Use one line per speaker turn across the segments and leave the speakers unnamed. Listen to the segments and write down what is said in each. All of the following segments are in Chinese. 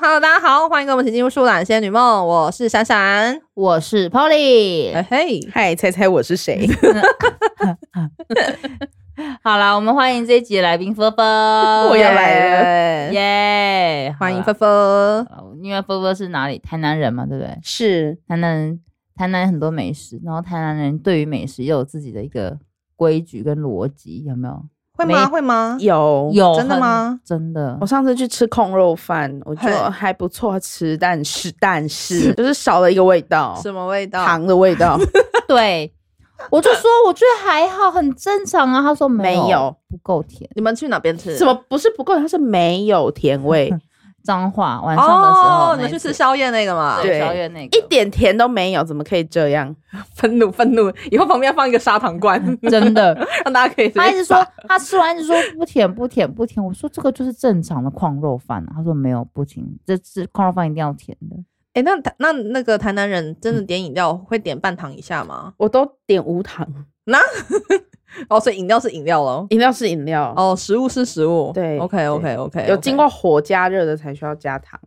Hello，大家好，欢迎跟我们一起进入《树懒仙女梦》，我是闪闪，
我是 Polly。
哎嘿，
嗨，猜猜我 是谁？
好啦，我们欢迎这一集的来宾芬芬，
我要来了，
耶
耶！
欢迎
好
芬
啦
芬，
好因为芬芬是哪里？台南人嘛，对不对？
是
台南人，台南很多美食，然后台南人对于美食也有自己的一个规矩跟逻辑，有没有？
会
没
吗？会吗？
有。
有
真的
很
吗？
真的
我，上次去吃控肉饭，我觉得
嘿
还不错吃，但是但是就是少了一个味道，
什么味道？
糖的味道。
对。我就说，我觉得还好，很正常啊。他说没
没有
不够甜。
你们去哪边吃？
什么不是不够？它是没有甜 味，
脏话晚上的时候，
哦，你们去吃宵夜那个嘛？
对
对宵夜那个
一点甜都没有，怎么可以这样？
愤怒，愤怒！以后旁边放一个砂糖 罐，
真的，
让大家可以直接
他一直说他吃完一直说不甜不甜不甜，我说这个就是正常的矿肉饭、啊，他说没有不甜，这是矿肉饭一定要甜的。
哎、那台那那个台南人真的点饮料会点半糖以下吗？
我都点无糖，
哦，所以饮料是饮料喽。
饮料是饮料，
哦，食物是食物。
对
，OK OK OK，
有经过火加热的才需要加糖。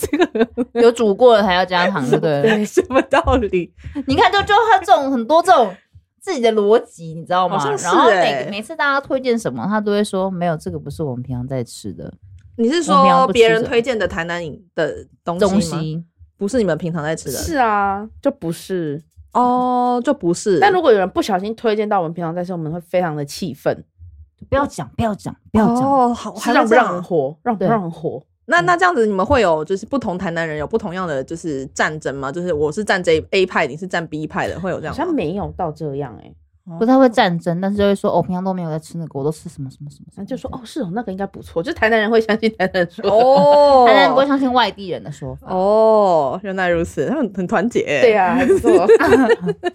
这个
有煮过的才要加
嗯
糖，对不 对？
什么道理？
你看，就就他这种很多这种自己的逻辑，你知道吗？
好像是
然后每
欸
个每次大家推荐什么，他都会说没有，这个不是我们平常在吃的
你是
我平
说
常不吃
别人
的
推荐的台南饮的东西吗
东西。
不是你们平常在吃的？
是啊，就不是。
哦，就不是。
但如果有人不小心推荐到我们平常在吃，我们会非常的气愤，
不要讲，不要讲，不要讲。
哦，好，
是
还
让
是
不
这
让人
样。
活，让不
对
让人活。
那那这样子，你们会有就是不同台南人有不同样的就是战争吗？就是我是站 J A 派，你是站 B 派的，会有这
好
样
像
吗？
没有到这样哎、
不太会战争，但是就会说，哦，平常都没有在吃那个，我都吃什么什么什么什么。
然后就说哦是哦，那个应该不错，就台南人会相信台南人说的。
哦，
当然不会相信外地人的说法。
哦，原来如此，他们很团结。
对呀、啊，还不错。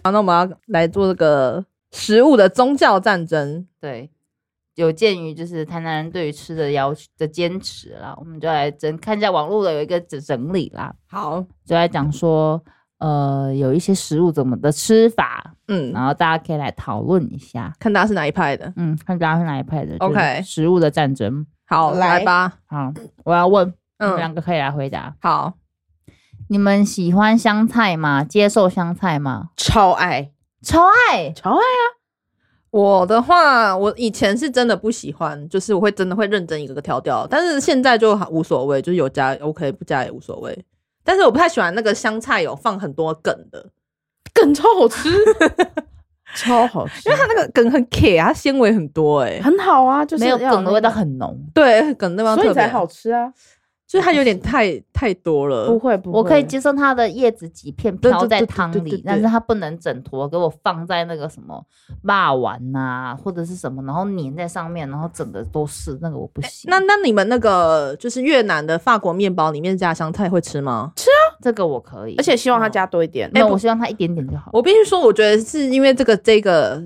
好，那我们要来做这个食物的宗教战争。
对，有鉴于就是台南人对于吃的要求的坚持啦，我们就来整看一下网络的有一个整整理啦，
好，
就来讲说，呃，有一些食物怎么的吃法，
嗯，
然后大家可以来讨论一下，
看大家是哪一派的。
嗯，看大家是哪一派的。就是
OK
食物的战争。
好，
来
来吧。
好，我要问，你们
嗯，
两个可以来回答。
好，
你们喜欢香菜吗？接受香菜吗？
超爱，
超爱，
超爱，
我的话，我以前是真的不喜欢，就是我会真的会认真一个个挑掉，但是现在就无所谓，就是有加 OK，不加也无所谓。但是我不太喜欢那个香菜有放很多梗的，
梗超好吃， 超好吃
因为，它那个梗很 K 啊，它纤维很多哎、
很好啊，就是
没有
要
梗的
那
味道
个，
很浓。
对，梗那方
所
特
以
别
才好，吃啊。
就是它有点太太多了，
不会不会，
我可以接受它的叶子几片飘在汤
对对对对对
里
对，
但是它不能整坨给我放在那个什么霸丸呐、或者是什么，然后粘在上面，然后整个都是那个我不
哎
行。
那那你们那个就是越南的法国面包里面加香菜会吃吗？
这个我可以，
而且哎希望它加多一点。
没有，我希望它一点点就好。
我必须说，我觉得是因为这个这个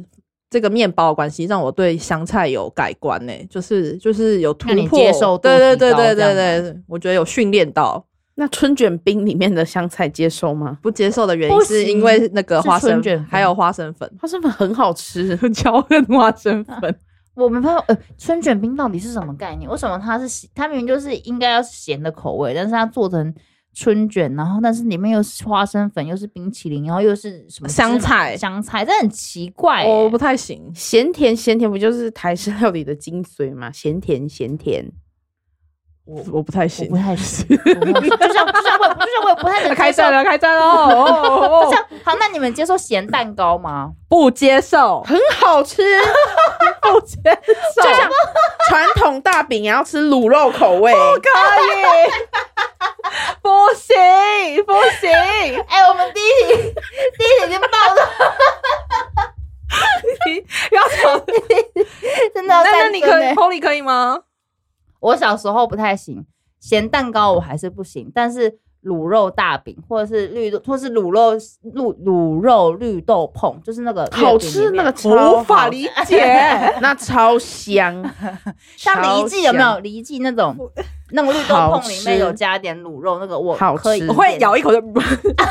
这个面包的关系，让我对香菜有改观呢、就是就是有突
让你
破，
接受度
对对
提高
对对对
这样
对，我觉得有训练到。
那春卷冰里面的香菜接受吗？
不接受的原因
不
是
行
因为那个
是
花生
春卷粉
还有花生粉，
花生粉很好 吃，
骄恨花生粉。
我没办法，呃，春卷冰到底是什么概念？为什么它是咸它明明就是应该要是咸的口味，但是它做成春卷，然后但是里面又是花生粉，又是冰淇淋，然后又是什么芝麻
香菜
香菜，这很奇怪、欸。
哦
我不太 行，
咸甜咸甜不就是台式料理的精髓吗？咸甜咸甜，
我我不太
我
行
不。太 行，我不太行就像就像我也就像我也不太能
开
接受
战了，开战了！哦
就像好，那你们接受咸蛋糕吗？
不接受，
很好 吃。
不接受，
就像传统大饼也要吃卤肉口味，
可以，不行不行，
哎、我们第一题第一题已经爆了，
要吵。
真 的要
那那
战
你
争
可以
欸
Polly 可以吗？
我小时候不太行，咸蛋糕我还是不行，但是卤肉大饼或者是绿豆，或是卤肉卤卤肉绿豆碰，就是那个
好
月
吃
饼里
那
面
个超
无法
好
理 解
那超香，
像
超
李记有没
香
有？李记那种 那种绿豆碰里面有加点卤肉，那个我
好吃
可以，
我会咬一口就，就 啊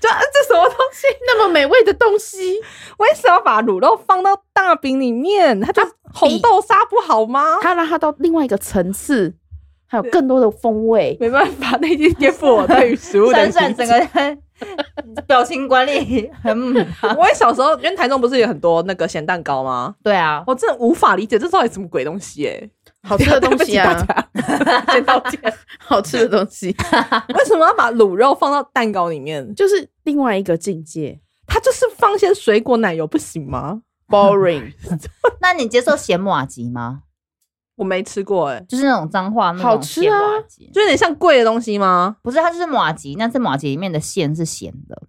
这什么东西？
那么美味的东西，
为什么要把卤肉放到大啊饼里面？它就红豆沙不好吗？
它让它到另外一个层次，还有更多的 风味。
没办法，那已经颠覆我对于食 物的
闪
理
闪
解
整个人表情管理很
我也小时候，因为台中不是有很多那个咸蛋糕吗？
对啊，
我真的无法理解这到底什么鬼东西哎、
好吃的东西啊，
对不起大家先道歉。
好吃的东西，
为什么要把卤肉放到蛋糕里面？
就是另外一个境界。
它就是放些水果奶油不行吗？
Boring，
那你接受咸马吉吗？
我没吃过哎、
就是那种脏话那
好
种
吃
咸
啊
马吉，
就有点像贵的东西吗？
不是它就是马吉，但是马吉里面的馅是咸的。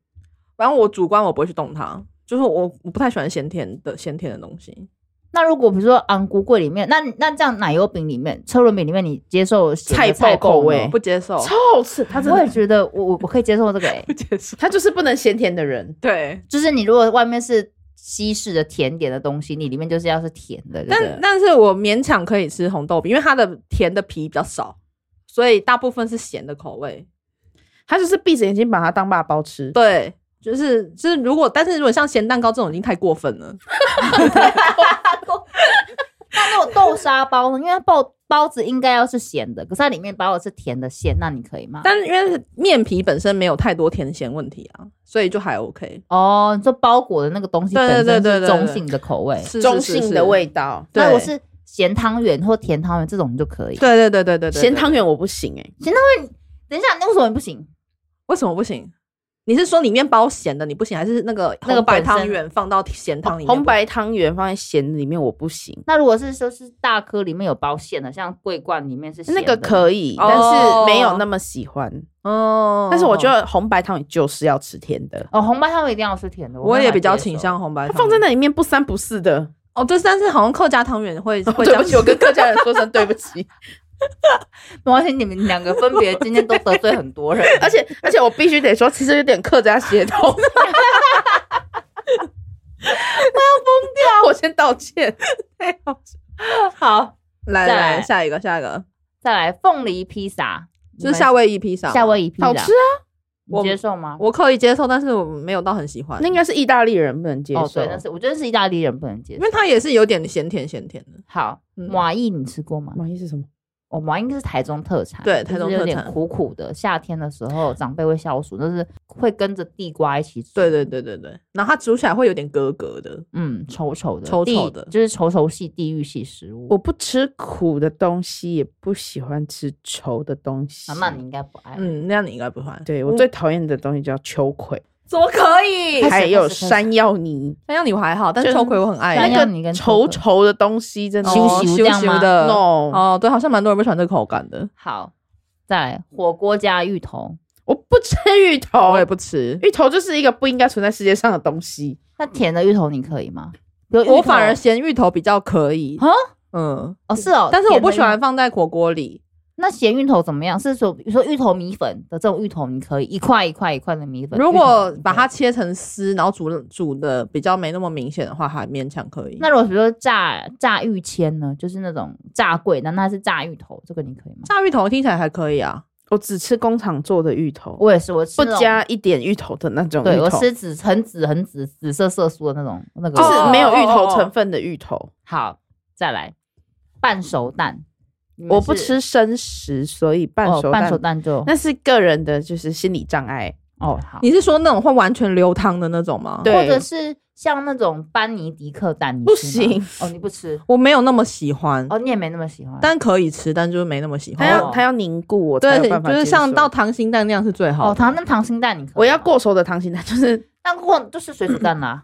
反正我主观我不会去动它，就是我我不太喜欢咸甜的咸甜的东西。
那如果比如说昂菇桂里面，那那这样奶油饼里面、车轮饼里面，你接受咸的
菜
菜
爆
吗
口味
不接受，
超好吃，他真
我也
的，
觉得我我我可以接受这个、欸，
不接受。
他就是不能咸甜的人。
对，
就是你如果外面是西式的甜点的东西，你里面就是要是甜的，对不
但
对？
但是我勉强可以吃红豆饼，因为它的甜的皮比较少，所以大部分是咸的口味。
他就是闭着眼睛把它当爸包吃，
对，就是就是如果但是如果像咸蛋糕这种已经太过分了，
那那种豆沙包呢？因为它包包子应该要是咸的，可是它里面包的是甜的馅，那你可以吗？
但因为面皮本身没有太多甜咸问题啊，所以就还 OK。
哦，你说包裹的那个东西
对对
本身
对对
是
对
中性的口味，
是
中性的，味道。
对
那我是咸汤圆或甜汤圆这种就可以
是是。对对对对对对，
咸汤圆我不行哎、
等一下，那为什么你不行？
为什么不行？你是说里面包咸的你不行，还是那个
那个
红白
本身
汤圆放到咸汤里面不行？
红白汤圆放在咸里面我不行，
那如果是说是大颗里面有包馅的，像桂冠里面是咸的
那个可以，
哦
但是没有那么喜欢。
哦，
但是我觉得红白汤圆就是要吃甜的，
哦，红白汤圆一定要吃甜的。
我
没
也
办法
比较
接受
倾向红白
它
汤圆，
放在那里面不三不四的。
哦，对，但是好像客家汤圆 会会这
对
样
不起，我跟客家人说声对不起。
没关系，你们两个分别今天都得罪很多 人，
而且而且我必须得说，其实有点客家血统。我要疯掉！我先 道歉。
好，
来
再
来
来
下一个下一个
再来凤梨披萨，
就是夏威夷披萨，
夏威夷披萨
好吃啊！
我
你接受吗？
我可以接受，但是我没有到很喜欢，
那应该是意大利人不能接
哦，
受
对，。但是我觉得是意大利人不能接
因
受
为。它也是有点咸甜咸甜的，
好，
嗯
马意你吃过吗？
满意是什么？
哦，马意应该是台中特产，
对
就是
台中特产
有点苦苦的，夏天的时候长辈会消暑，就是会跟着地瓜一起煮。
对对，对对对，然后它煮起来会有点格格的，
嗯，稠稠的，
稠稠
地
的
就是稠稠系地域系食物
我。不吃苦的东西，也不喜欢吃稠的东西。
啊，那你应该不爱。
嗯，那样你应该不欢。
对我最讨厌的东西叫秋葵，
怎么可以
开始
还有
开始开始
山药泥，
山药你还好，但是
就是
秋葵我很
山
爱
药。
那
泥跟
个
秋葵
稠稠的东西真的
哦
羞
咻
羞
这样吗
羞的
no，
哦，对，好像蛮多人不喜欢这口感的，
好，再来火锅加芋头。
我不吃芋头
哦
我也，不吃。
芋头就是一个不应该存在世界上的东西。
那甜的芋头你可以吗？比如芋头
我反而咸芋头比较可以
啊，
嗯，
哦是哦，
但是我不喜
甜的芋
欢放在火锅里。
那咸芋头怎么样？是说，比如说芋头米粉的这种芋头，你可以一块一块一块的米粉。
如果把它
它，
切成丝，然后煮煮的比较没那么明显的话，还勉强可以。
那如果比如说炸炸芋签呢，就是那种炸桂，那它是炸芋头，这个你可以吗？
炸芋头听起来还可以啊，
我只吃工厂做的芋头，
我也是，我吃
不
那种，
加一点芋头的那种芋
对我
头，
吃紫很紫很紫紫色色素的那种那个。
就
哦
是没有芋头成分的芋
哦
头。
好，再来半熟蛋，你们
我不
是
吃生食，所以半
哦
熟
半
蛋
熟蛋就
那是个人的，就是心理障碍。
哦好，
你是说那种会完全流汤的那种吗？
对
或者是像那种班尼迪克蛋，你
不
吃吗
行
哦，你不吃
我没有那么喜欢，
哦，你也没那么喜欢，
但可以吃，但就是没那么喜
它
欢。
哦
要它要凝固，我才有
对，
办法
就是
接
像
受
到溏心蛋那样是最好
哦
的。
糖那溏心蛋你可以吗啊
我要过熟的溏心蛋，就是
但过就是水煮蛋啦、
嗯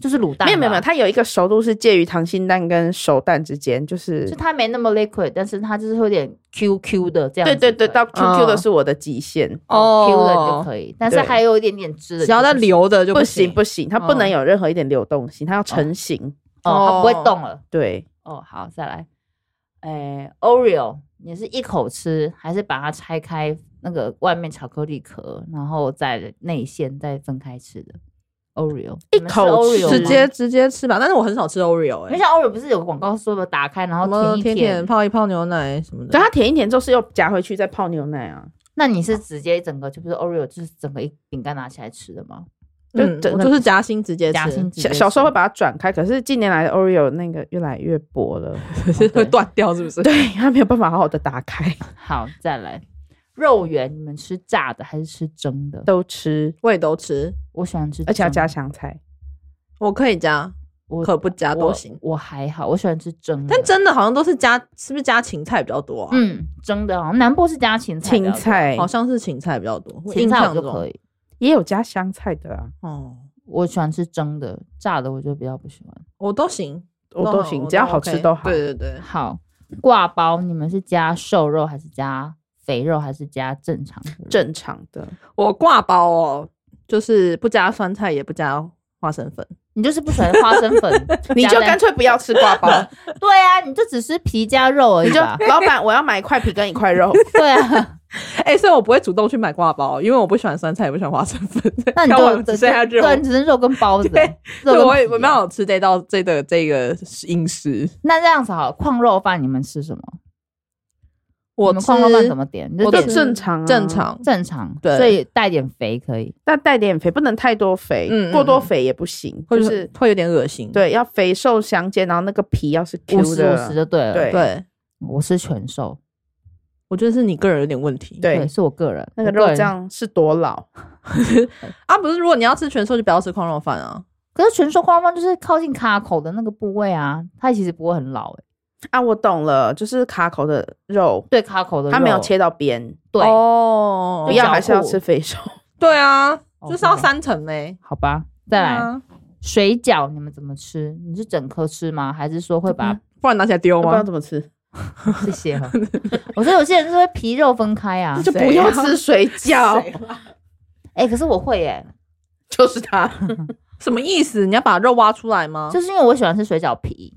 就是卤蛋吧，
没有没有没有，它有一个熟度是介于溏心蛋跟熟蛋之间，就是
就它没那么 liquid，但是它就是会有点 Q Q 的这样
对
子的。
对对，到 QQ
嗯
的是我的极限，
哦
Q 的就可以，但是
对
还有一点点汁的就不行，哦
只要在流的就
不
行
行。不行，它不能
嗯
有任何一点流动性，它要成型。
哦，它不会动了。
对，
哦，好，再来，哎，Oreo，你是一口吃还是把它拆开那个外面巧克力壳，然后再内馅再分开吃的？Oreo，
一
你们吃
口
Oreo
吃
直
吗
接直接吃吧，但是我很少吃 Oreo 哎、
因为像 Oreo 不是有个广告说的打开
什
然后
么
舔一
甜点泡一泡牛奶什么的。
对，啊它舔一舔之后是又夹回去再泡牛奶啊，
那你是直接整个，就比如说 Oreo，就是整个一饼干拿起来吃的吗？
就
嗯，
整
我
个
就是夹心直接
夹
吃
心，直接
小小时候
吃
会把它转开，可是近年来的 Oreo 那个越来越薄了，
是 会断掉是不是？
哦对，它没有办法好好的打开，
好，再来肉圆，你们吃炸的还是吃蒸的？
都吃，
我也都吃，
我喜欢吃蒸的，
而且要加香菜。
我可以加，
我
可不
啊
加都
我
嗯
行。
我还好，我喜欢吃蒸的，
但真的好像都是加，是不是加芹菜比较多啊？，
嗯蒸的好像南部是加芹菜比较
芹
多，
菜
好像是芹菜比较多。我
芹
印
菜
象
我就
中
可以，
也有加香菜的啊，
哦，
我喜欢吃蒸的，炸的我就比较不喜欢。
我都行，
哦我都行，只要好吃
OK
都好。
对对对，
好，挂包你们是加瘦肉还是加肥肉还是加正常的肉？
正常 的，，
我挂包哦，就是不加酸菜，也不加花生粉。
你就是不喜欢花生 粉
你
加
就
在
干脆不要吃挂 包，
对啊，你就只是皮加肉而
你
已
就
吧？
老板，我要买一块皮跟一块肉，
对 啊，
哎、所以我不会主动去买挂包，因为我不喜欢酸菜，也不喜欢花生粉。
那你
要不然
就
我只剩下肉。
对，你只剩肉跟包子，
对
肉
所以
跟
我也
皮啊
我没有吃这道这个这个饮食。
那这样子好了，矿肉饭你们吃什么？
我
你们
吃
矿肉饭怎么点？你就
我
点
吃
正常啊
正，常？
正常，
对
所以带点肥可以。
但带点肥，不能太多肥，
嗯嗯
过多肥也不行，
会
就是
会有点恶心。
对，要肥瘦相间，然后那个皮要是
五
Q
十五十
的，
就对了，
对
对，
我是全瘦，
我觉得是你个人有点问题。
对，
是我个人
那个
我
肉
人
酱是多老，
啊，不是，如果你要吃全瘦，就不要吃矿肉饭啊。
可是全瘦框框就是靠近卡口的那个部位啊，它其实不会很老诶、欸
啊，我懂了，就是卡口的肉，
对卡口的肉
它没有切到边，
对，
哦
不
就
要
脚
还是要
裤
吃肥瘦。
对啊，就是要
真的
三层呗。
哦好吧。再
对
来、
嗯
啊，
水饺，你们怎么吃？你是整颗吃吗？还是说会把
不然拿起来丢啊
我不知道
吗？
怎么吃，
这些？ 我说有些人是会皮肉分开啊
那，就不要吃 水饺，
哎、可是我会耶、
就是它。
什么意思？你要把肉挖出来吗？
啊
就是因为我喜欢吃水饺皮，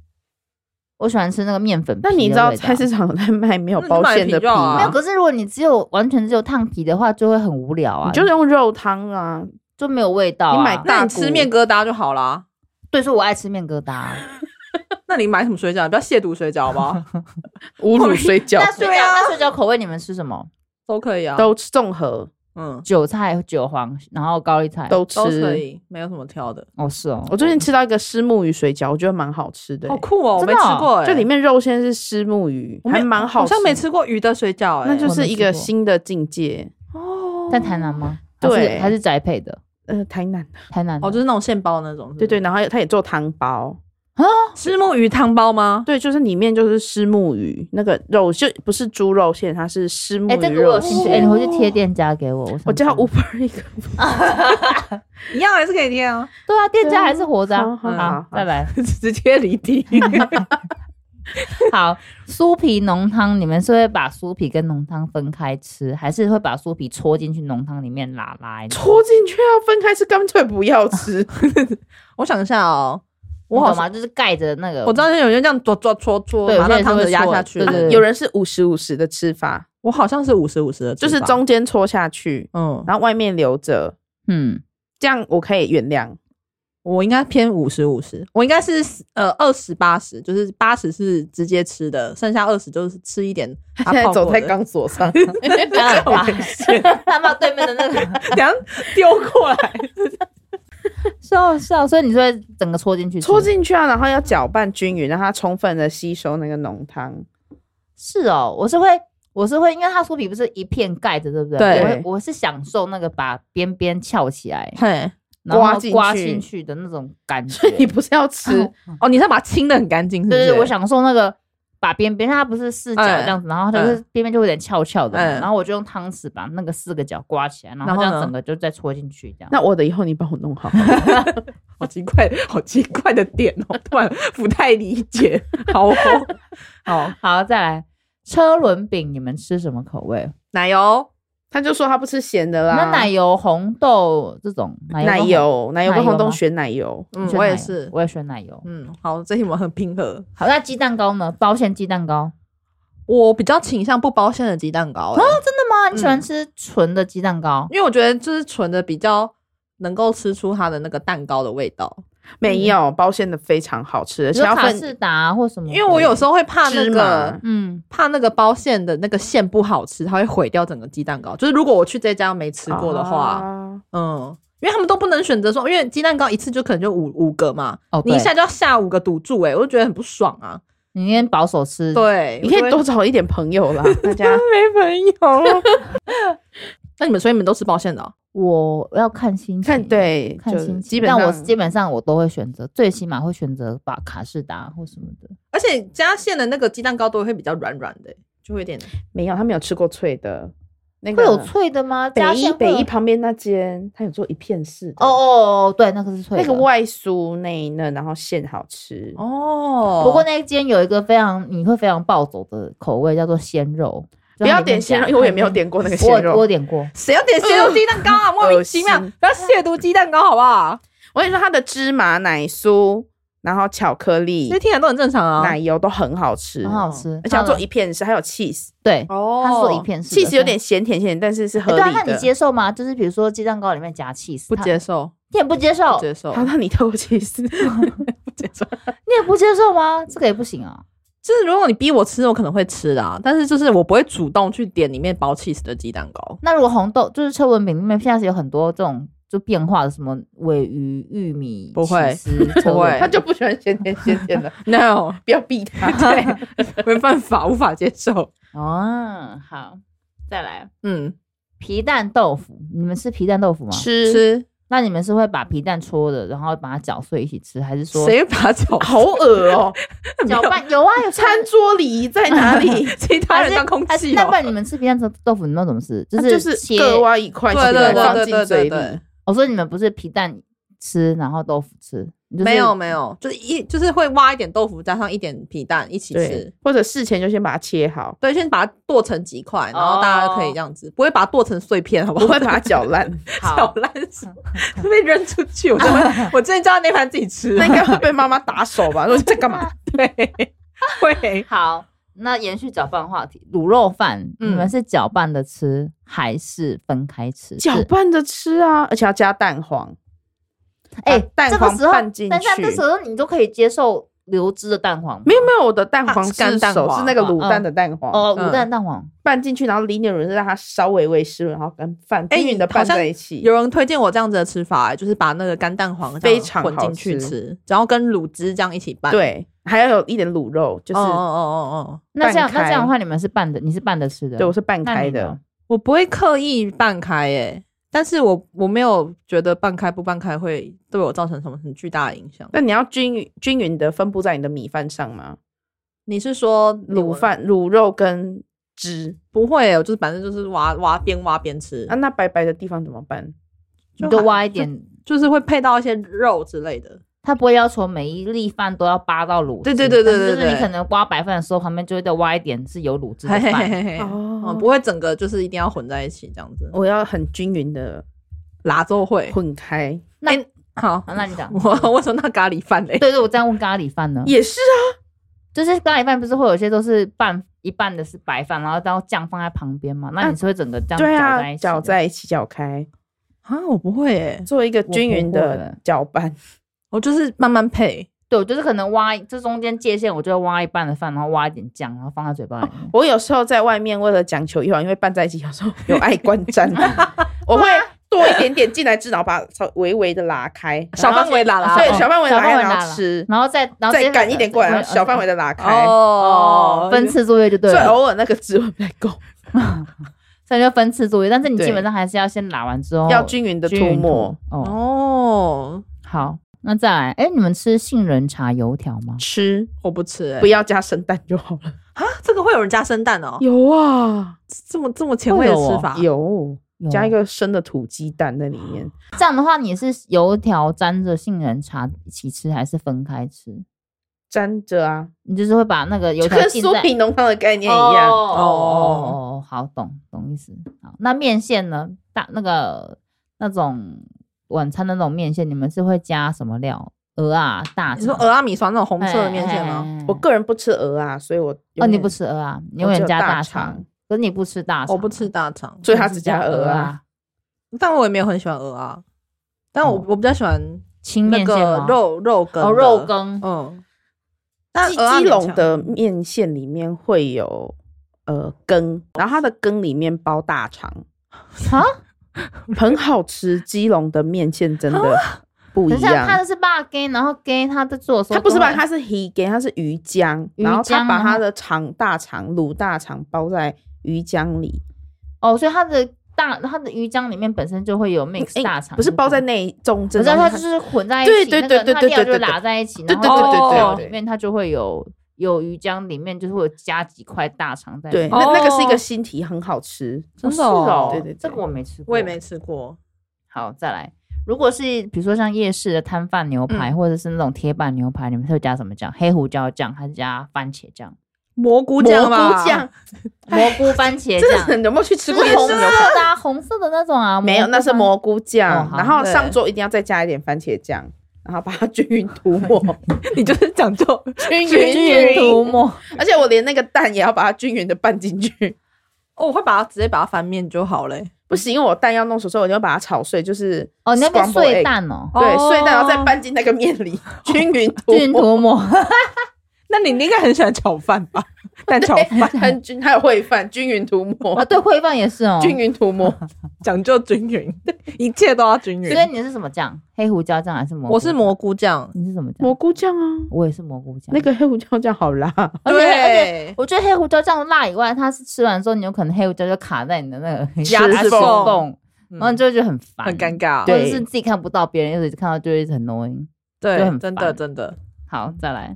我喜欢吃那个面粉皮的
那
味道。
你知道菜市场有在卖没有包馅
那
的
你就买皮就好啊
没有？
吗？
可是如果你只有完全只有烫皮的话，就会很无聊啊，
你就是用肉汤啊，
就没有味道、啊。
你买
那
大
你
骨
吃面疙瘩就好啦。
对，所以我爱吃面疙瘩。啊
那你买什么水饺？你不要亵渎水饺好不好？
侮 辱水饺
那水饺、
对啊
那水饺口味你们吃什么？
都可 以啊，
都吃综合
嗯
韭菜、韭黄，然后高丽菜。
都
都可
吃。
以，没有什么挑的。
哦，是哦。
我最近吃到一个虱目鱼水饺，我觉得蛮好吃的欸、
好酷哦，我
真
没
的
吃
哦
过哎，
就里面肉馅是虱目鱼，
我没
还蛮好
好
吃。
像没，吃过鱼的水饺哎，
那就
我
是
没
一
吃
个
过
新的境界。
哦
在台南吗？还是
对
还是宅配的
呃，台南的，
台南的
哦，就是那种现包那种，是不
对
是
对，，然后它也做汤包，
石目鱼汤包吗？
对，就是里面就是虱目鱼，那个肉就不是猪肉馅，它是虱目
哎、这
鱼
个我
肉
有兴趣，哎、
馅。
你回去
哦
贴店家给我，我想
我叫
吃
Uber 一个，
一样还是可以贴啊，
对啊，店家还是活着、
好
啊，
好
好
好
再来，
直接离题。
好，酥皮浓汤，你们是会把酥皮跟浓汤分开吃，还是会把酥皮戳进去浓汤里面拉拉？
戳进去要分开吃，干脆不要吃。
我想一下哦，
我
我好
好
像
吗？就是盖着那个，
我知道有人这样抓抓戳戳，
对
把那
有些人
汤
是
匙
会
压
戳
下去
对
的。
对对
有人是五十五十的吃法，
我好像是五十五十的吃
就
法，
是中间戳下去，
嗯，
然后外面留着，
嗯，
这样我可以原谅。
我应该偏五十五十，我应该是呃二十八十，就是八十是直接吃的，剩下二十就是吃一 点。它
现在
泡
走
过
在
的，
钢索上，
他 他把对面的那个
然后丢过来，
笑笑，哦所以你就会整个戳进去吃，
戳进去啊，然后要搅拌均匀，让它充分的吸收那个浓汤。
是哦，我是会，我是会，因为它酥皮不是一片盖着，对不对？
对
我会我是享受那个把边边翘起来，
嘿，
然后
刮进去
刮进去的那种感觉
所。以你不是要吃，
哦，你是要把它清的很干净，是不
对
是？
对对，我享受那个把边边，它不是四角
哎
这样子，然后它就是边边就会有点翘翘的嘛，
哎
然后我就用汤匙把那个四个角刮起来，然
然
后
后
这
呢
样整个就再戳进去，这样。
那我的以后你帮我 弄好。
好奇怪，好奇怪的点哦，突然不太理解。好哦，好，
好，再来车轮饼，你们吃什么口味？
奶油，
他就说他不吃咸的
啊
啦，
那奶油、红豆这种奶油
奶
跟
油奶油跟
奶油
红豆
吗
选奶油，
红，
嗯
你，选
我也
奶油
是，
我也选奶油。
嗯，好，这题我们很平和。
好，那鸡蛋糕呢？包馅鸡蛋糕。
我比较倾向不包馅的鸡蛋糕、
哦
欸，
啊哇，你喜欢吃纯的鸡蛋糕？
因为我觉得就是纯的比较能够吃出它的那个蛋糕的味道。
没有包馅的非常好吃，而
嗯你
且
说
要
卡
分
士达啊或什么？
因为我有时候会怕那
芝
个
麻。
嗯，
怕那个包馅的那个馅不好吃，它会毁掉整个鸡蛋糕。就是如果我去这家没吃过的话，
啊
嗯，因为他们都不能选择说，因为鸡蛋糕一次就可能就五五个嘛，
哦，
你一
对
下就要下五个赌注、欸，哎，我就觉得很不爽啊。
你今天保守吃，
对，
你可
我就会
以多找一点 朋友啦，大家。
没朋
哦
友。那你们所以你们都吃保险的哦、
我要看心情，
看对，
看
就
心情。
基本
但
上
我基本上我都会选择，最起码会选择把卡士达或什么的。
而且加馅的那个鸡蛋糕都会比较软软的欸、就会有点
没有，他没有吃过脆的，那个
会有脆的吗？
北
加
一
馅
北
会
一
有
旁边那间，他有做一片式的
哦哦哦，对，那个是脆
那
的。
个外酥内嫩，然后馅好吃。
哦
不过那一间有一个非常你会非常暴走的口味，叫做鲜肉。
不要点鲜肉，因为我也没有点过那个鲜
我有我
肉
有。点过，
谁要点鲜肉鸡蛋糕啊？莫名其妙，
恶心嗯
不要亵渎鸡蛋糕好不好？
我跟你说，它的芝麻奶酥，然后巧克力
因为、听起来都很正常啊。
奶油都很好吃，
很好吃，
而且要
它的
做一片式，还有 cheese，cheese
对，
哦
它是做一片式的，
有点咸甜咸，但是是
所
合
以。
理
哎
的
对啊，。那你接受吗？就是比如说鸡蛋糕里面夹 cheese，
不
它
接受，
你也不接受
不，接受，
好，那你偷 cheese，
不接受。
你也不接受吗？这个也不行啊。
就是如果你逼我吃，我可能会吃的啊，但是就是我不会主动去点里面包 cheese 的鸡蛋糕。
那如果红豆就是车文饼里面现在是有很多这种就变化的，什么尾鱼、玉米、
不会
起司车
不
文
会
他就不喜欢咸甜咸 甜的，
No，
不要逼他。 对，
没办法，无法接受。
哦，好，再来
嗯，
皮蛋豆腐，你们吃皮蛋豆腐吗？
吃
吃
那你们是会把皮蛋戳的，然后把它搅碎一起吃，还是说
谁把它搅
好恶哦、
搅拌？有啊，有
餐桌礼仪在哪里？
其他
还
人
是
当空
还是
气、
那不
哦？
然你们吃皮蛋豆豆腐，你们怎么吃？就
就是是
切。
各挖一块起
对
来
对
放
对
进
对
嘴
对
里
对，，
我说你们不是皮蛋吃，然后豆腐吃，你就是
没有没有，就是一就是会挖一点豆腐，加上一点皮蛋一起吃
对。，或者事前就先把它切好，
对，先把它剁成几块，然后大家可以这样子，不会把它剁成碎片，好哦不好？
不 会把它搅 烂，
搅烂死，被扔出去。我真 的，我真的叫他那盘自己吃
那。应该会被妈妈打手吧？说你在干嘛？
对， 会
好，那延续搅拌话题，卤肉饭，
嗯
你们是搅拌的吃还是分开吃？
搅
是，
拌着吃啊，而且要加蛋黄。
哎、
把蛋
这个
黄
时候，
拌进
但是
去
这时候你就可以接受流汁的蛋黄吗，
没有没有，我的蛋
啊
黄
是
是
干蛋
熟
黄
是那个卤蛋的蛋黄，
哦，
嗯
卤蛋蛋黄，
拌进去，然后淋点润，让它稍微微湿润，然后跟饭
哎
均匀的
好
拌
像
在一起。
有人推荐我这样子的吃法、欸就是把那个干蛋黄这样
非常
混进
好
去
吃
吃，然后跟卤汁这样一起拌。，
对，还要有一点卤肉，就是
哦哦哦哦哦，
那这样
拌开
那这样的话，你们是拌的，你是拌的吃的，
对我是拌
那
开
你呢
的，。
我不会刻意拌开耶、但是我我没有觉得拌开不拌开会对我造成什么很巨大的影响。
那你要均匀均匀的分布在你的米饭上吗？
你是说
卤饭、卤肉跟汁
不会、欸我就是反正就是挖挖边挖边吃，
啊，那白白的地方怎么办？
你
就
就挖一点，
就是会配到一些肉之类的。
他不会要求每一粒饭都要扒到卤汁。
对对对对
但
对
是就是你
对
可能挖白饭的时候，旁边就会再挖一点是有卤汁的
嘿嘿
饭。
嘿嘿，嗯，
哦
不会整个就是一定要混在一起这样子，
我要很均匀的
拉都会。
混开，
那
哎好，
好，哦那你讲。
我我说那咖喱饭嘞，
对对，我这样问咖喱饭呢？
也是啊，
就是咖喱饭不是会有些都是拌一半的是白饭，然后然后酱放在旁边嘛？那你是会整个这样
啊对
搅在
啊，
一起的？
搅在一起搅开，
啊，我不会诶，
做一个
不
均匀
会
的搅拌。
我就是慢慢配。
对，我就是可能挖这中间界限，我就会挖一半的饭，然后挖一点酱，然后放在嘴巴里面。
我有时候在外面为了讲求一碗，因为拌在一起，有时候有爱观 瞻，我会
啊
多一点点进来吃，然后把它稍微微的拉开，
小范围拉拉
对
哦
小范围
小
拉
范
开
围
然
拉
后
了
吃，
然后再然后
再
接着
赶一点过来，然后小范围
的
的拉开。
哦
分次作业就对哦
所以
了，
偶尔那个指纹不太够，
所以就分次作业。但是你
对
基本上还是要先拉完之后
要均匀的
均
涂
匀
抹。
哦，
哦，
好，那再来，哎，你们吃杏仁茶油条吗？
吃
我不吃诶
不，要加生蛋就好了。
啊，这个会 有人加生蛋哦，
有啊，
这么这么前卫的吃法，
有
有
加一个生的土鸡蛋在里面，
这样的话，你是油条沾着杏仁茶一起吃，还是分开吃？
沾着啊，
你就是会把那个油条
跟
浸
酥
在
皮浓汤的概念一
哦
样。
哦哦，好懂懂意思。好，那面线呢？大那个那种晚餐的那种面线，你们是会加什么料？鹅啊，大
你说
肠
俄阿米酸那种红色的面线吗？？
哎
我个人不吃鹅啊，所以我
哦，
永
你
远
不吃鹅啊，你
我
永
只
远
有
加
大
大
肠
肠，可是你不吃大肠，
我不吃，大肠，
所以它只加鹅啊。，
但我也没有很喜欢鹅啊，但我
哦
我比较喜欢
清
那
面线
个
吗？
肉肉羹
哦，
的
肉，羹，
嗯，但
鸡
蚵仔
鸡
勉
笼
强
的面线里面会有呃羹，然后它的羹里面包大肠，
啊，
很好吃，基隆的面线真的不
啊等
一
一下，
样。
他的是霸 gay，然后 gay 他在做的时候
它
都会，
不是吧？它是 he 给，它是鱼浆，
鱼
然后
浆
他把
然后
它的肠大肠、卤大肠包在鱼浆里，
哦，所以他的大他的鱼浆里面本身就会有 mix
嗯诶
大肠，
哎不是包在。内中
我
正
知
中
道它
间，
就是混在一起，
对对对对
那个
对
它料
对
就
对
拉在一起，
对
然后
对对对
哦
对
里面它就会有有鱼浆，里面就是会有加几块大肠在里面。
对，那那个是一
哦
个新题，很好吃。
真的
哦
哦
对对对
这个我没吃过，
我也没吃过。
好，再来，如果是比如说像夜市的摊贩牛排，
嗯
或者是那种铁板牛排，你们会加什么酱？黑胡椒酱还是加番茄酱？
蘑菇
蘑
酱吧，
菇酱，
蘑菇番茄
真的
酱，
很有没有去吃
就
过夜
是红
市
色
牛排？
的、啊，红色的那种啊？
没有，哦那是
菇
蘑菇
哦
酱，
好
然后
对
上桌一定要再加一点番茄酱，然后把它均匀涂 抹，
你就是讲究
番
均
均匀涂
涂，
抹。
而且我连那个蛋也要把它均匀的拌进去。
哦，我会把它直接把它翻面就好嘞。
不行，因为我蛋要弄熟，所以我就把它炒碎，就是
哦，你那边
scrambled
碎
egg
蛋 哦，
对，
哦
碎蛋然后再拌进那个面里，均匀涂
均匀
抹，
涂抹。
那你应该很喜欢炒饭吧？ 蛋炒饭
很均，还有烩饭，均匀涂抹
啊，， 对，烩饭 也是哦。
均匀涂抹，
讲究均匀， 一切都要均匀
所以你是什么酱？黑胡椒酱还是蘑菇？
我是，蘑菇酱，
你是什么酱？
蘑菇酱啊，
我也是蘑菇酱。
那个黑胡椒酱好辣，
而且而且
对，
我觉得黑胡椒酱辣以外，它是吃完之后，你有可能黑胡椒就卡在你的那个
牙齿
齿
缝
缝，
嗯
然后你就会觉得很烦，
很尴尬，
或
对
者是自己看不到，别人又一直看到，就会一直很 annoying。
对
就很烦
真的真的，
好，再来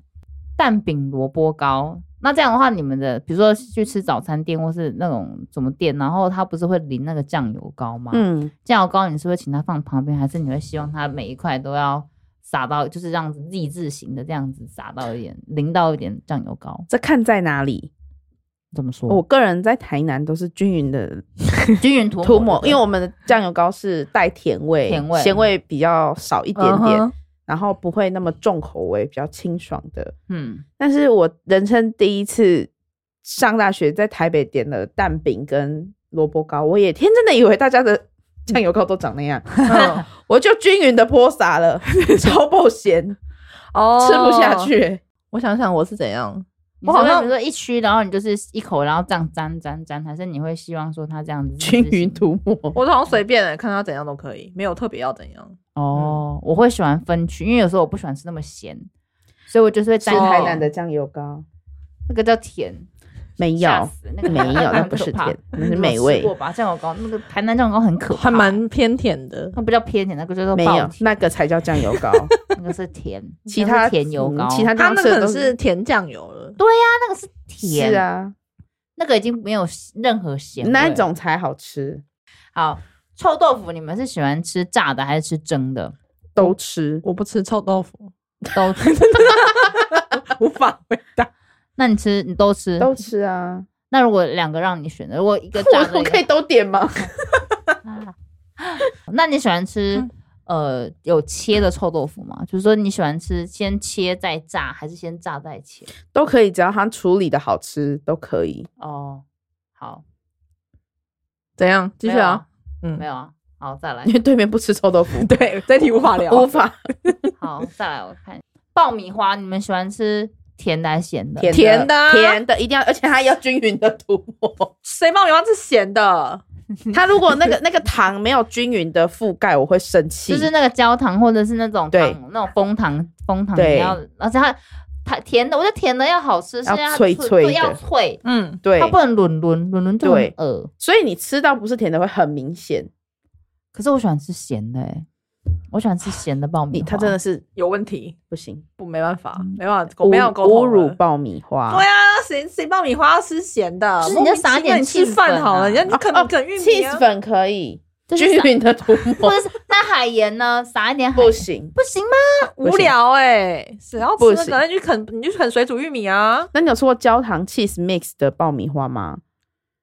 蛋饼萝卜糕。那这样的话，你们的比如说去吃早餐店或是那种什么店，然后它不是会淋那个酱油膏吗？
嗯，
酱油膏你是会请它放旁边，还是你会希望它每一块都要撒到，就是这样子 Z 字形的这样子撒到一点，淋到一点酱油膏？
这看在哪里。
怎么说？
我个人在台南都是均匀的
均匀涂
哦涂抹，因为
为
我们的酱油膏是带甜味，
甜味
咸味比较少一点点
嗯哼
然后不会那么重口味，比较清爽的。
嗯，
但是我人生第一次上大学，在台北点了蛋饼跟萝卜糕，我也天真的以为大家
嗯
的酱油膏都长那样，
嗯
我就均匀的泼 洒了，超爆咸，
哦
吃不下。去、
我想想我是怎样，
我
我
好
好像
像比如说一区，然后你就是一口，然后这样沾沾沾，还是你会希望说它这样子
均
自己
匀涂抹。
我好像随便欸看它怎样都可以，没有特别要怎样。
哦，我会喜欢分区，因为有时候我不喜欢吃那么咸，所以我就是会
是
沾
台
一
南
点
的酱油膏，
那个叫甜，
没有
吓死那个
没有，那不是
很可怕
甜，那
你
是
有
美
吃
味。
过吧？酱油膏那个台南酱油膏很可怕，
还蛮偏甜的，
那不叫偏甜，那个叫做
没
爆
有，
甜
那个才叫酱油 膏，
那个是甜，
其
那个
他
是甜油
嗯
膏，
其他地
它
方
那
吃的
个
都
是甜酱油了。
它那个是甜
是，啊，
那个已经没有任何咸味
那一种才好吃，
好。臭豆腐，你们是喜欢吃炸的还是吃蒸的？
嗯
都吃。
我不吃臭豆腐，
都吃。
无法回答。
那你吃，你
嗯
都吃，
都吃啊，
那如果两个让你选择，如果一个炸的，
我我可以都点吗？
那你喜欢吃、
嗯
呃有切的臭豆腐吗？就是说你喜欢吃先切再炸，还是先炸再切？
都可以，只要它处理的好吃都可以。
哦，好，
怎样？继续啊，
没有啊，
嗯
没有啊，好，再 来
因，为对面不吃臭 豆腐，
对，这题无法聊
无法
好，再来，我看爆米花，你们喜欢吃甜的还是咸的？
甜
甜的啊
甜的一定要，而且它要均匀的涂抹。
谁帮我要是咸的？
它如果那个那个糖没有均匀的覆盖，我会生气。
就是那个焦糖或者是那种
对
糖，那种枫糖，枫糖
对
你要，而且它它甜的，我觉得甜的要好吃，是
要
它
脆脆
对要
的
脆，
嗯，
对
它，不能软软软软就很
对
恶。
所以你吃到不是甜的会很明显。
可是我喜欢吃咸的、欸，我喜欢吃咸的爆米
你
花。
它真的是
有问题，
不行，
不没办法
嗯，
没办法，
侮
没有沟通
侮
了
辱爆米花。
对啊，谁谁爆米花要吃咸的？
就是
莫名
你要撒
其妙
点
你吃
cheese 粉
饭
啊
好了，人家
哦
啃
哦
啃玉米啊
cheese 粉可以，
就是
均
撒，
匀 的涂
或
抹
者是那海盐呢？撒一点海
不
盐
行。
不行吗？
无聊哎，谁要
不
吃那
行
个？那你去啃，你去啃水煮玉米啊。
那你有吃过焦糖 cheese mix 的爆米花吗？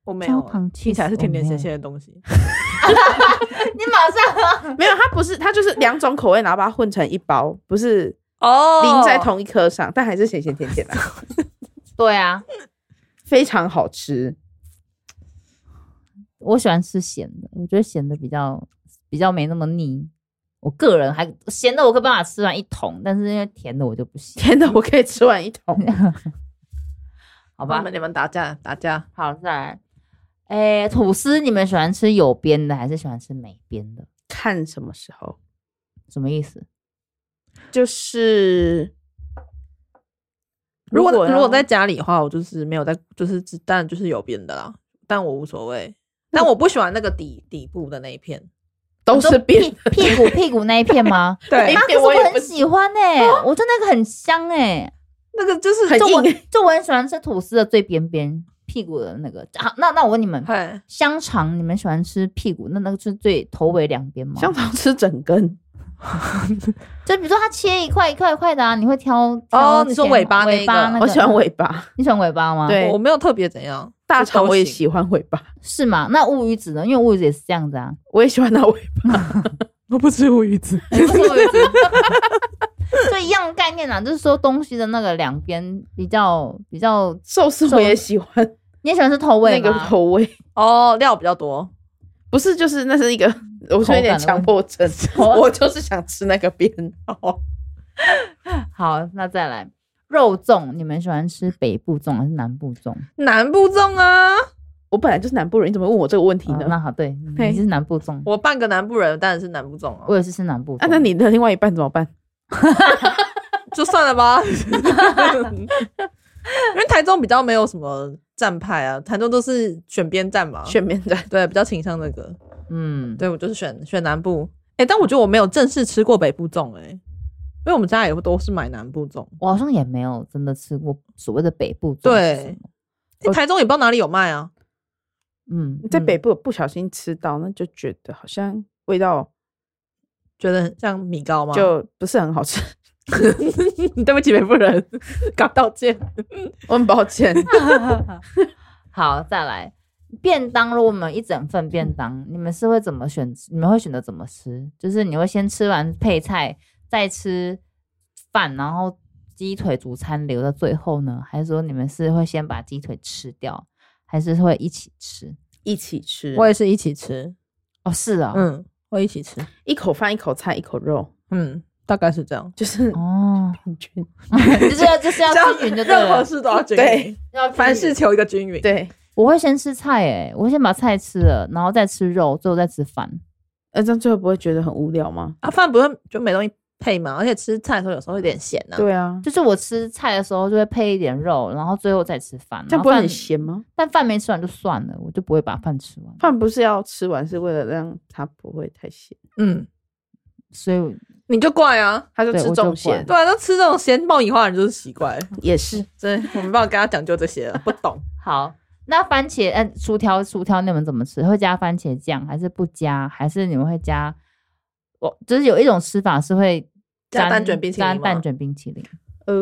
我没
焦
有
糖，
听起
cheese
来是甜甜
我没有
咸咸的东西。
你马上
没有，它不是，它就是两种口味，然后把它混成一包，不是
哦
淋在同一颗上，但还是咸咸 甜甜的，
对啊，
非常好吃。
我喜欢吃咸的，我觉得咸的比较比较没那么腻。我个人还咸的，我可以办法吃完一桶，但是因为甜的我就不 行，
甜的我可以吃完一桶，
好
好
吧
你？们你们打架打架，
好，再来哎，吐司你们喜欢吃有边的还是喜欢吃没边的？
看什么时候，
什么意思？
就是
如果
要
如果在家里的话，我就是没有在，就是只但就是有边的啦，但我无所谓。但我不喜欢那个底底部的那一片，
都是
屁
边
屁股屁股那一片吗？
对
哎
啊，可是
我
我
也不
很喜欢哎、我觉得那个很香哎、
那个就是
很
就我
硬欸
就我很喜欢吃吐司的最边边屁股的那个。好，那那我问你们，
嗨，
香肠你们喜欢吃屁股？那那个是最头尾两边吗？
香肠吃整根，
就比如说它切一块一块一块的啊，你会挑
哦
挑
你说
前吗
尾巴那个
尾巴那个？
我喜欢，尾巴，
你喜欢尾巴吗？
对
我没有特别怎样，
大
就都
肠我也
行
喜欢尾巴，
是吗？那乌鱼子呢？因为乌鱼子也是这样子啊。
我也喜欢那尾巴。
我不吃乌鱼子，
不是我有觉得就一样概念啦，就是说东西的那个两边比较比较，
寿司我也 喜欢
你也喜欢吃头
那
尾
个
吗？
口味，
哦，料比较多，
不是就是那是一 个，我说有点强迫 症，
口感的问题
我就是想吃那个边哦，
好，那再来肉粽，你们喜欢吃北部粽还是南部粽？
南部粽啊，
我本来就是南部人，你怎么问我这个问题
哦
呢？啊
那好，对，
嘿
你是南部粽，
我半个南部人，当然是南部粽啊，
我也是吃南部粽。
啊，那你的另外一半怎么办？
就算了吧， 因为台中比较没有什么站派啊，台中都是选边站嘛，
选面站，
对比较倾向那个，
嗯，
对我就是选选南部，哎、但我觉得我没有正式吃过北部粽、哎，因为我们家也都是买南部粽，
我好像也没有真的吃过所谓的北部粽。
对，
我
台中也不知道哪里有卖啊，
嗯，
在北
嗯
部不小心吃到，那就觉得好像味道
觉得很像米糕吗？
就不是很好吃，
对不起北部人， 搞道歉。
我很抱 歉。
好，再来便当。如果我们有一整份便当，你们是会怎么选？你们会选择怎么吃？就是你会先吃完配菜，再吃饭，然后鸡腿主餐留到最后呢？还是说你们是会先把鸡腿吃掉，还是会一起吃？
一起吃，
我也是一起吃，
哦，是啊、
嗯，我一起吃，
一口饭一口菜一口肉，
嗯，大概是这样。
就是
哦，
平均。
就是要就是要均匀就对
嗯任何
了，
事都要均匀，
对
要均匀
凡事求一个均匀。，
对，
我会先吃菜、欸，我会先把菜吃了，然后再吃肉，最后再吃饭。
那这样最后不会觉得很无聊吗？
啊，饭不是就没东西配嘛，而且吃菜的时候有时候有点咸呐、啊。
对啊，
就是我吃菜的时候就会配一点肉，然后最后再吃饭。
这
然后
样不会很
饭
咸吗？
但饭没吃完就算了，我就不会把饭吃完。
饭不是要吃完，是为了让它不会太咸，
嗯，
所以我
你就怪啊。
他就
对
吃
我就
重
管
咸
对。啊，那吃这种咸爆米花的人就是奇 怪，
也是，
真的我没办法跟他讲究这些了，不懂。
好，那番茄呃薯条薯条你们怎么吃？会加番茄酱还是不加？还是你们会加？我就是有一种吃法是会
加
沾
蛋卷冰淇淋
加
吗
蛋卷冰淇淋。
呃，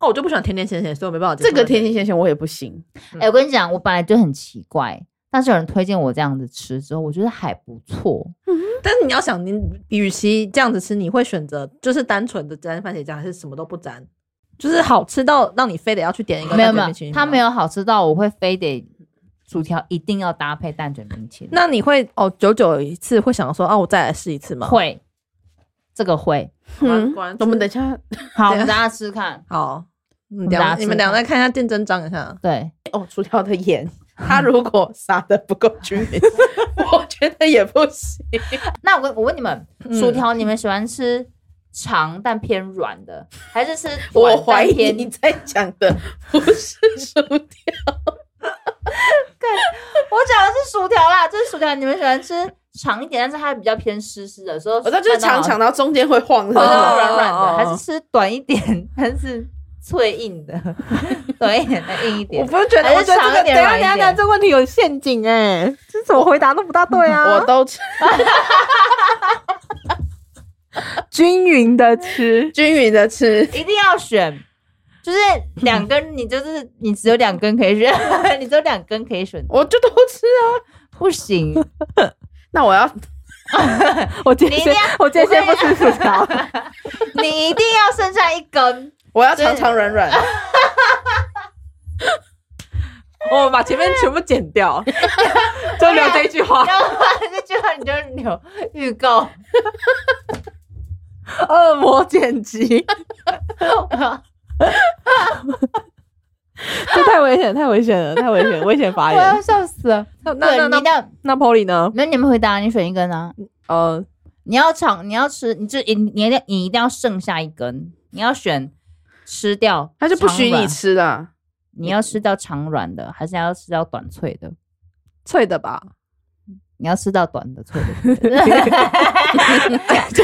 哦，我就不喜欢甜甜咸咸，所以我没办法接受
这
那。
个甜甜咸咸我也不行，
嗯
哎、我跟你讲，我本来就很奇怪，但是有人推荐我这样子吃之后，我觉得还不错。
但是你要想，你与其这样子吃，你会选择就是单纯的沾番茄酱，还是什么都不沾？就是好吃到让你非得要去点一个
没有
蛋卷
没有
冰淇，淋
它
吗
没。有好吃到我会非得薯条一定要搭配蛋卷冰淇淋。
那你会哦，久久有一次会想说啊，我再来试一次吗？
会，这个会。
好吧果然
嗯我们
是
等一下
好，我
对啊
们大家吃看。
好，你
们大
俩
家
你
吃
们俩
看
再看一下见真章一下。
对，
哦，薯条 的盐，它如果撒的不够均匀，我觉得也不行。
那我问我问你们，
嗯
薯条你们喜欢吃长但偏软的，还是吃
我
软
怀
但
疑
偏
你在讲的不是薯条，
我讲的是薯条啦，就是薯条，你们喜欢吃长一点，但是它比较偏湿湿的，所以
我知道哦就是长长，到中间会晃的
或者是
哦
那种，
软软
哦哦
的，还是吃短一点，但是脆硬的， 短一点但硬一
我
点。
不是觉得，
还是
我觉得这
长
个
一点
等一下等
软
一
一
下等一下，
点
这个问题有陷阱哎、这怎么回答都不大对啊。
我都吃
均匀的吃，
均匀的吃。
一定要选，就是两根，你就是你只有两根可以选，你 只有两根可以选，
我就都吃啊，
不行。
那我要
我今
你一定要
我
今天先不
吃薯条，
你一定要剩下一根，
我要长长软软，
我们把前面全部剪掉， 就留 这一句话。
然后这句话你就留预告。
恶魔剪辑，
这太危险，太危险了，太危险，危险
哎
发
我
言
要。笑死了。
那
对，
那
你
那
一定
那
要，
那 Polly 呢？
那你们回答，你选一根啊。
哦
呃，
你要尝，你要吃，你就你你一定你一定要剩下一根，你要选吃掉，
他就不许
长
你
软，
吃的，
你要吃掉长软的，还是要吃掉短脆的？
脆的 吧？
你要吃到短的脆 的。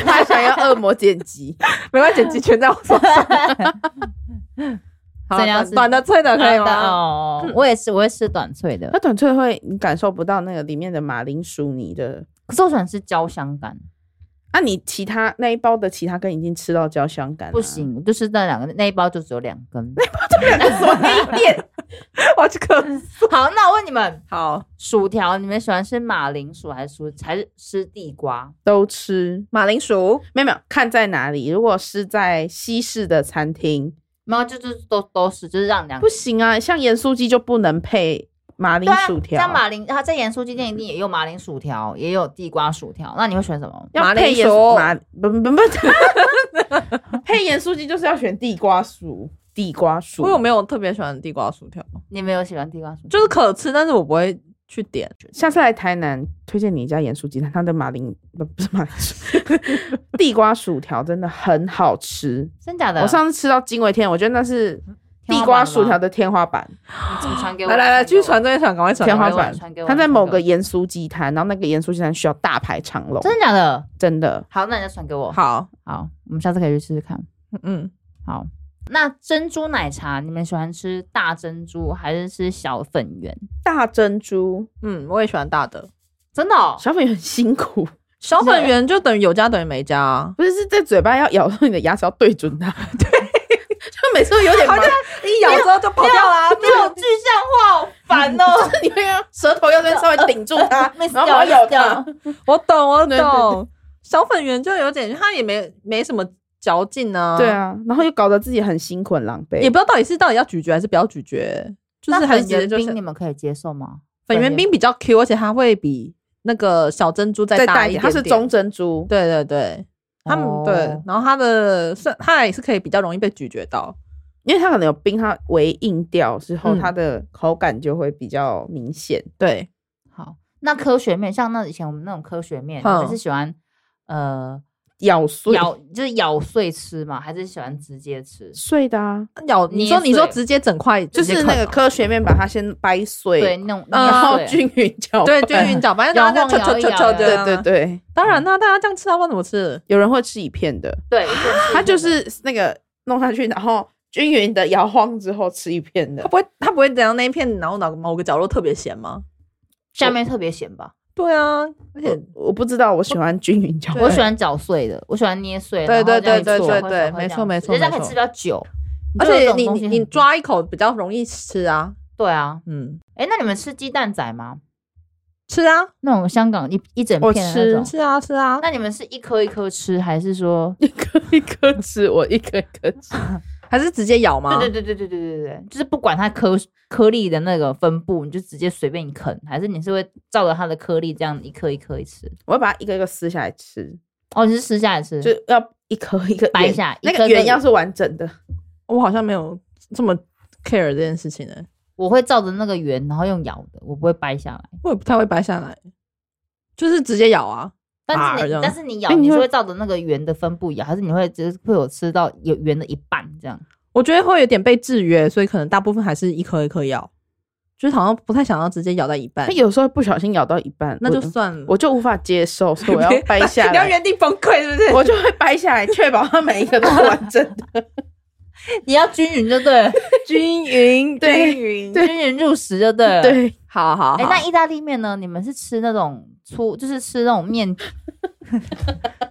他想要恶魔剪辑，
没关系，剪辑权在我 手上。好，
怎样
短
是
短的脆的可以吗？嗯
哦，我也是，我会吃短脆的
那，短脆会你感受不到那个里面的马铃薯泥的。
可是我喜欢吃焦香感，
啊，你其他那一包的其他根已经吃到焦香感，啊
不， 行，就是那两个那一包就只有两根。
一 点，
我去个
好，那我问你们，
好，
薯条你们喜欢吃马铃薯还是薯还是吃地瓜？
都吃。
马铃薯
没有没有，看在哪里。如果是在西式的餐厅，
没有，就就都都是，就是让两
不行啊，像盐酥鸡就不能配马铃
对啊
薯条
像，马铃，它在盐酥鸡店一定也有马铃薯条，也有地瓜薯条。那你会选什么？
要
马
配
铃
盐
薯
马不不不， 配盐酥鸡就是要选地瓜薯，地瓜薯。
我有没有特别喜欢地瓜薯条？
你没有喜欢地瓜薯条？
就是可吃，但是我不会去点。
下次来台南，推荐你一家盐酥鸡摊，它的马铃不不是马铃薯， 地瓜薯条真的很好吃。
真假的？
我上次吃到惊为天，我觉得那是
天
地
花板
瓜
了
薯条
吗，
的天花板，
你怎么传给我？
来来来，
传给
继
我
续传这一传，赶快传。
天花
赶快
板
传给我。
它在
传给
某
我
个盐酥鸡摊，然后那个盐酥鸡摊需要大排长龙，
真的假的？
真的。
好，那你就传给我。
传好，
好，我们下次可以去试试看。
嗯，
好，那珍珠奶茶，你们喜欢吃大珍珠还是吃小粉圆？
大珍珠
嗯，我也喜欢大的。
真的、哦？
小粉很辛苦，
小粉圆就等于有加等于没加啊，
不是是在嘴巴要咬的时候，你的牙齿要对准它，对， 就每次都有点麻
好像一咬之后就跑掉啦。
没有具象化，好烦哦。
你会要舌头要先稍微顶住
，
它
每次
然后我要咬它。
我懂，我
对对
懂。小粉圆就有点，它也没没什么嚼劲啊。
对，啊，
嗯
然后又搞得自己很辛苦、很狼狈，
也不知道到底是到底要咀嚼还是不要咀嚼，就是
那
还是
粉
直接
圆
就是
冰，你们可以接受吗？
粉圆冰比较 Q，而且它会比那个小珍珠再
再
大
大
一
一
点点，
点，它是中珍珠，
对对对，他们、
哦
对，然后它的是它也是可以比较容易被咀嚼到，
因为它可能有冰，它微硬掉之后，
嗯
它的口感就会比较明显。
对，
好，那科学面，像那以前我们那种科学面，
嗯
你是喜欢呃
咬碎
咬就是咬碎吃嘛，还是喜欢直接吃？
碎的啊，
咬
捏
你说
碎
你说直接整块
就是那个科学面把它先掰碎，
对，那种
嗯
然后
捏碎啊
均匀搅
对
拌。
均匀搅拌，
摇
然
晃
后这样
摇
敲
一
敲
摇
敲敲
这
这
对
样
对
啊。
对，
当然啦，大家这样吃它不然怎么吃？
有人会吃一片的，
对，就是
它就是那个弄下去，然后均匀的摇晃之后吃一 片
它
的。
不会它不会等到那一片，然后哪个某个角落特别咸吗？
下面特别咸吧。
对啊，而且
我不知道，我喜欢均匀搅
对
我
拌。
喜欢搅碎的，我喜欢捏碎。
对
然后
对对
这样
对
一撮
对
一撮
对
一撮
没
这
错
样
没
子
错
人家
没
可以
错
吃比较久，
而
就有这
且
种
你
东西
你
很
你抓一口比较容易吃啊，
对啊，
嗯，
哎，那你们吃鸡蛋仔吗？
吃啊
那种香港一一整
我
片的那种。
吃啊吃啊，
那你们是一颗一颗吃，还是说？
一颗一颗吃，我一颗一颗吃。
还是直接咬吗？
对对对对对对对对，就是不管它颗颗粒的那个分布，你就直接随便啃，还是你是会照着它的颗粒这样一颗一颗一吃？
我会把它一个一个撕下来吃，
哦，你是吃下来吃，
就要一颗一个
掰
圆
下
那
一颗
个
一颗
圆要是完整的，
我好像没有这么 care 这件事情欸呢、
我会照着那个圆，然后用咬的，我不会掰下来。
我也不太会掰下来，就是直接咬啊。
但
啊
是
这
你
样
但是你咬，
哎你
你是
会
会照着那个圆的分布咬，还是你会就是会有吃到有圆的一半这样？
我觉得会有点被制约，所以可能大部分还是一颗一颗咬，就是好像不太想要直接咬到一半
它，有时候不小心咬到一半，
那
我
就算了。
我就无法接受，所以 我要掰下
你要
来，
原地崩溃是不是？
我就会掰下来，确保它每一个都是完整的。
你要均匀就对了，
均匀，
对
均匀，
均匀入食就对了。
对，
好好好。
哎、那意大利面呢？你们是吃那种粗，就是吃那种面，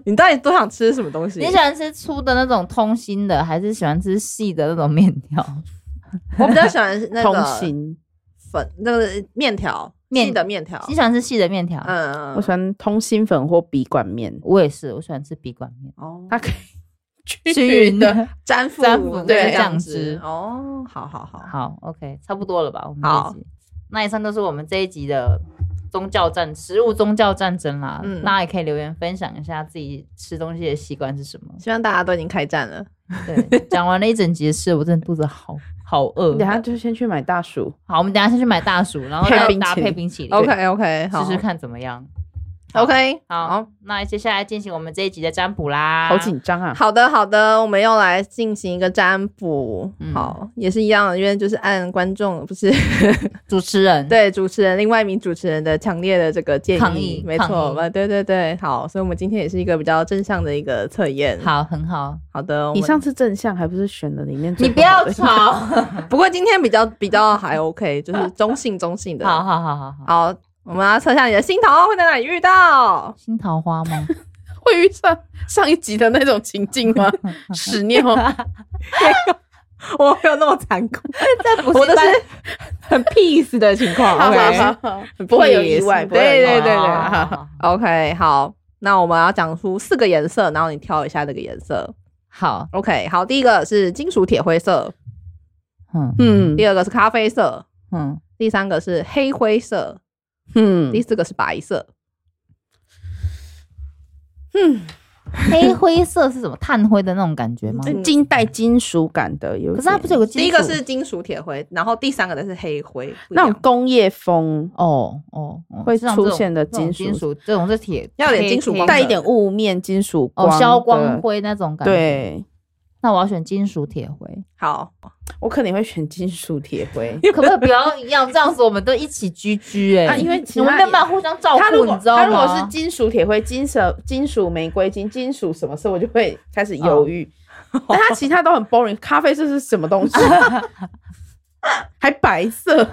你到底都想吃什么东西
你？喜欢吃粗的那种通心的，还是喜欢吃细的那种面条？
我比较喜欢那
通
个
心，
粉，那个面条，
面
细的面条
你。喜欢吃细的面条？
嗯嗯
我喜欢通心粉或笔管面，
我也是，我喜欢吃笔管 面，
哦，
它可以
均
均
匀
匀的。
的。
沾附
沾附
对
那个
酱
酱
汁
汁。哦，好好好。
好，OK，差不多了吧？我们
好
这一集，那以上就是我们这一集的宗教战，食物宗教战争啦。
嗯
大家也可以留言分享一下自己吃东西的习惯是什么。
希望大家都已经开战了。
对，讲完了一整集的事，我真的肚子好好饿。
等一下就先去买大薯，
好，我们等一下先去买大薯，然后
配
再
冰
搭
淇
配
淋
冰淇淋
OK OK，好
试试看怎么样。
，OK，
好，那接下来进行我们这一集的占卜啦。
好紧 张啊！
好的，好的，我们又来进行一个占卜。
嗯
好，也是一样的，因为就是按观众不是
主持人，，
对主持人另外一名主持人的强烈的这个建议，
抗议
没
抗
错
议
嘛，对对对，好，所以我们今天也是一个比较正向的一个测验。，
好，很好，
好的，我
你
们
上次正向还不是选了里面最
你不要
好的
吵。
不过今天比较比较还 OK，就是中性中性的。
好好好好好，
好，我们要测一下你的心头会在哪里遇到。
新桃花吗？
会遇上上一集的那种情境吗？屎尿，
我没有那么残 酷，
这不
我都是
般
很 peace 的情况。OK，很
不会有
peace
意外不会有
对
意
对对对，
外
好
好
好好好
OK，好，那我们要讲出四个颜色，然后你挑一下这个颜色。
好，
OK，好，第一个是金属铁灰色，
嗯
嗯
第二个是咖啡色，
嗯，
第三个是黑灰色，
嗯
第，四个是白色。
黑灰色是什么？炭灰的那种感觉吗？
金带金属感的嗯有一点，
可是它不是有个金属
第一个是金属铁灰，然后第三个的是黑灰，不一
那
样
种工业风，
哦哦，哦
会
这种这种
出现的
这种
金
金属，这种是铁，
要有点
黑
金属
黑
光
带
泽
一点雾面金属
哦
光的，
消光灰那种感觉。，
对。
那我要选金属铁灰，
好，
我肯定会选金属铁灰，
可不可以不要一样这样子？我们都一起居居哎，
啊因为其
我们
他
没有办法互相照
他如
顾，
果
你知道吗？
他如果是金属铁灰、金属金属玫瑰金、金属什么色，我就会开始犹 豫。但他其他都很 boring，咖啡色是什么 东西？还白色，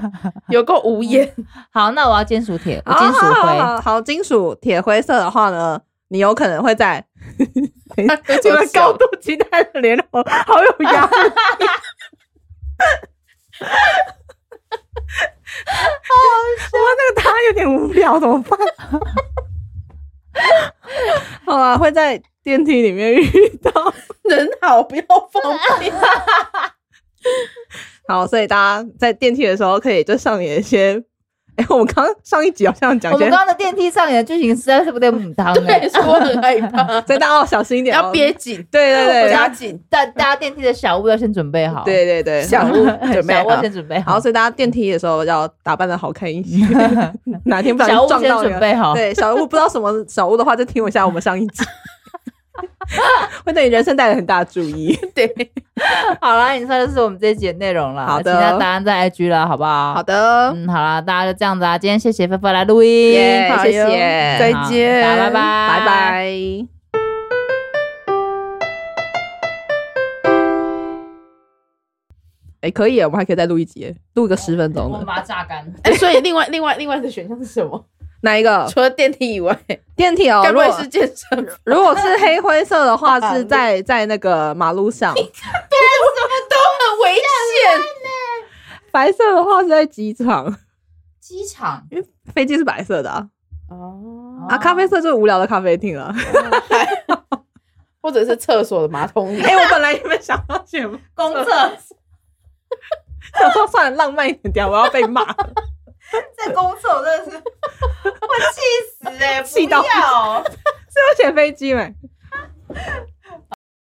有够无言。
好，那我要金属铁，
哦好
金属
好好
灰。
好好，金属铁灰色的话呢，你有可能会 在
这
这个高度期待的联络，好有压力。哇，那个答案有点无聊，怎 么办？好啊，会在电梯里面遇到。
人好，不要放屁。
好，所以大家在电梯的时候可以就上演一些。哎、我们刚上一集好像讲
我
些
们，刚刚的电梯上演的剧情实在是不对母 汤哎
对，，所以我很害 怕，
所以大家要小心一点、哦，
要憋紧，
对。对对对，
夹紧。
大大家电梯的小物要先准备好，
对对 对，
小物准备
小
好
物先准备
然后
好，
嗯所以大家电梯的时候要打扮的好看一 些，哪天不小
小
心
物
撞
先
到人
准。备好。
对，小屋不知道什么小屋的话，就听一下我们上一 集，会对你人生带来很大的注意。
对，
好啦，以上就是我们这一集的内容了。
好的
其他答案在 IG 了，好不好？
好的，
嗯，好啦，大家就这样子啊。今天谢谢菲菲来录音
耶
好
谢谢
哟再
好
见，
大家拜拜，
拜拜。哎，可以耶，我们还可以再录一集耶，录个十分钟
哦我们
的。
把它榨干。
哎，所以另外另外另外的选项是什么？
哪一 个
除了电梯以外，
电梯哦？
该
如
不会
果
是健身房？
如果是黑灰色的话，是在在那个马路上；
都很 危险。
白色的话是在机场。
机场
飞机是白色的啊，
哦，
啊咖啡色就是无聊的咖啡厅啊了。
或者是厕所的马桶 里。
哎、我本来也没想到选，
公 厕，
想说算了，浪漫一点点，我要被 骂。
在公厕我真的是会气死哎、
气到
不要。
是要选飞机没？